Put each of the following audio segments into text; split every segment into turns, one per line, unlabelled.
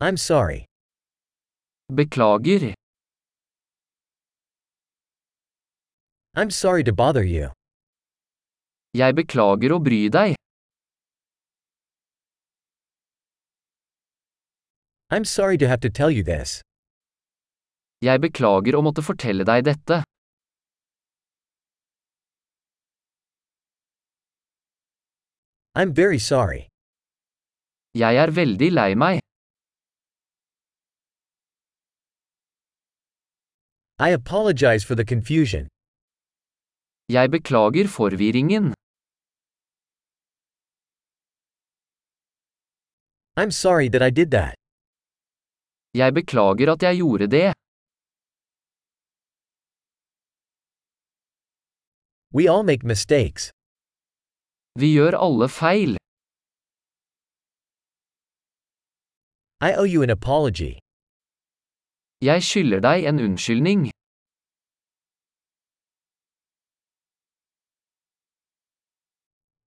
I'm sorry.
Beklager.
I'm sorry to bother you.
Jeg beklager å bry deg.
I'm sorry to have to tell you this.
Jeg beklager å måtte fortelle deg dette.
I'm very sorry.
Jeg er veldig lei meg.
I apologize for the confusion.
Jeg beklager forvirringen.
I'm sorry that I did that.
Jeg beklager at jeg gjorde det.
We all make mistakes.
Vi gjør alle feil.
I owe you an apology.
Jeg skylder deg en unnskyldning.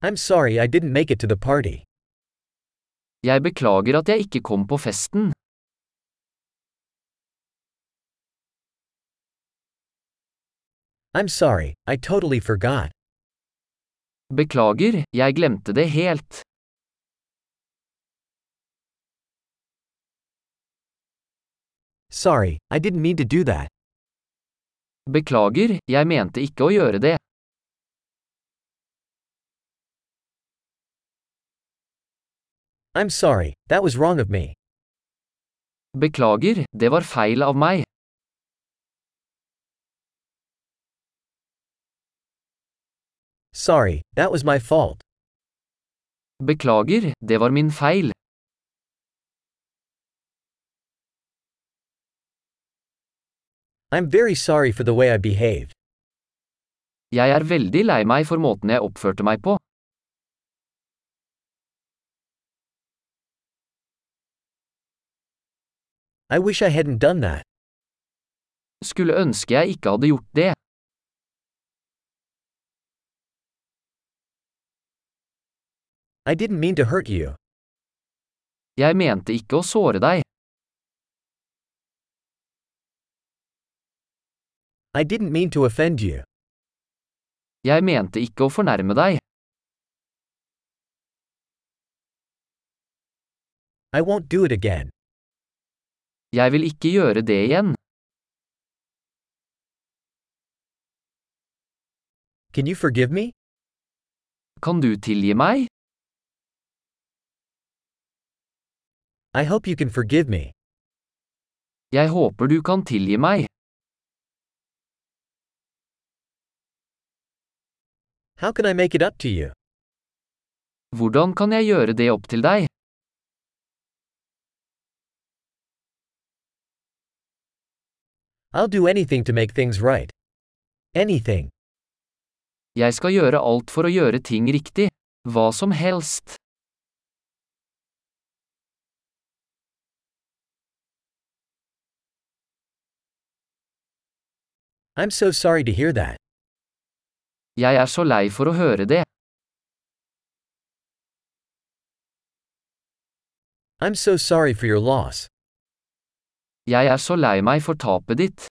I'm sorry I didn't make it to the party.
Jeg beklager at jeg ikke kom på festen.
I'm sorry, I totally forgot.
Beklager, jeg glemte det helt.
Sorry, I didn't mean to do that.
Beklager, jeg mente ikke å gjøre det.
I'm sorry, that was wrong of me.
Beklager, det var feil av meg.
Sorry, that was my fault.
Beklager, det var min feil.
I'm very sorry for the way I behaved.
Jeg er veldig lei meg for måten jeg oppførte meg på.
I wish I hadn't done that.
Skulle ønske jeg ikke hadde gjort det.
I didn't mean to hurt you.
Jeg mente ikke å såre deg.
I didn't mean to offend you.
Jeg mente ikke å fornærme deg.
I won't do it again.
Jeg vil ikke gjøre det igjen.
Can you forgive me?
Kan du tilgi meg?
I hope you can forgive me.
Jeg håper du kan tilgi meg.
How can I make it up to you?
Hvordan kan jeg gjøre det opp til deg?
I'll do anything to make things right. Anything.
Jeg skal gjøre alt for å gjøre ting riktig. Hva som helst.
I'm so sorry to hear that.
Jeg er så lei for å høre det.
I'm so sorry for your loss.
Jeg er så lei meg for tapet ditt.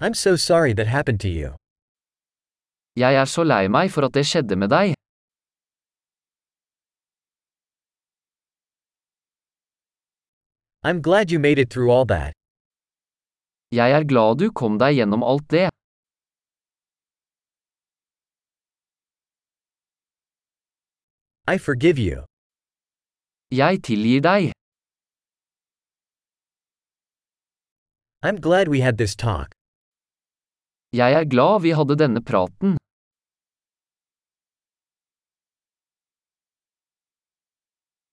I'm so sorry that happened to you.
Jeg er så lei meg for at det skjedde med deg.
I'm glad you made it through all that.
Jeg er glad du kom deg gjennom alt det.
I forgive you.
Jeg tilgir deg.
I'm glad we had this talk.
Jeg er glad vi hadde denne praten.